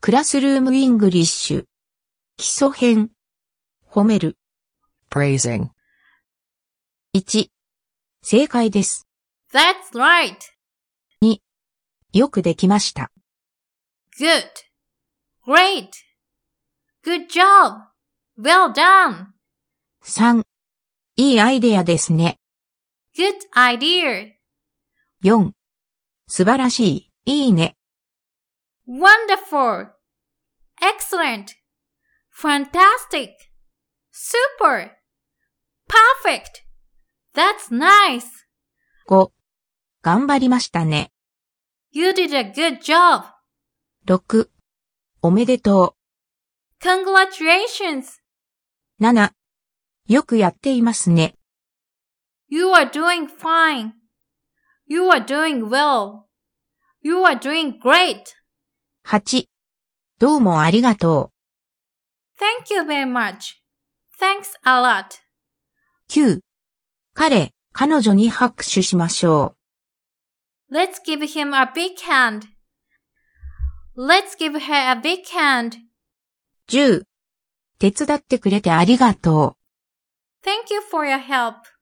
クラスルームイングリッシュ。基礎編。褒める。 praising, 1。正解です。 That's right. よくできました。 Good. Great. Good job. Well done. 3。いいアイデアですね。 Good idea. 4。素晴らしい。いいね。 Wonderful. Excellent. Fantastic. Super. Perfect. That's nice. 5。頑張りましたね。 You did a good job. 6。おめでと Congratulations. う。7。よくやっていますね。 You are doing fine. You are doing well. You are doing great. 8。どうもありがと Thank you very much. Thanks a lot. う。9。彼、彼女に拍手しましょ Let's give him a big hand. Let's give her a big hand. う。10。手伝ってくれてありがとう。 Thank you for your help.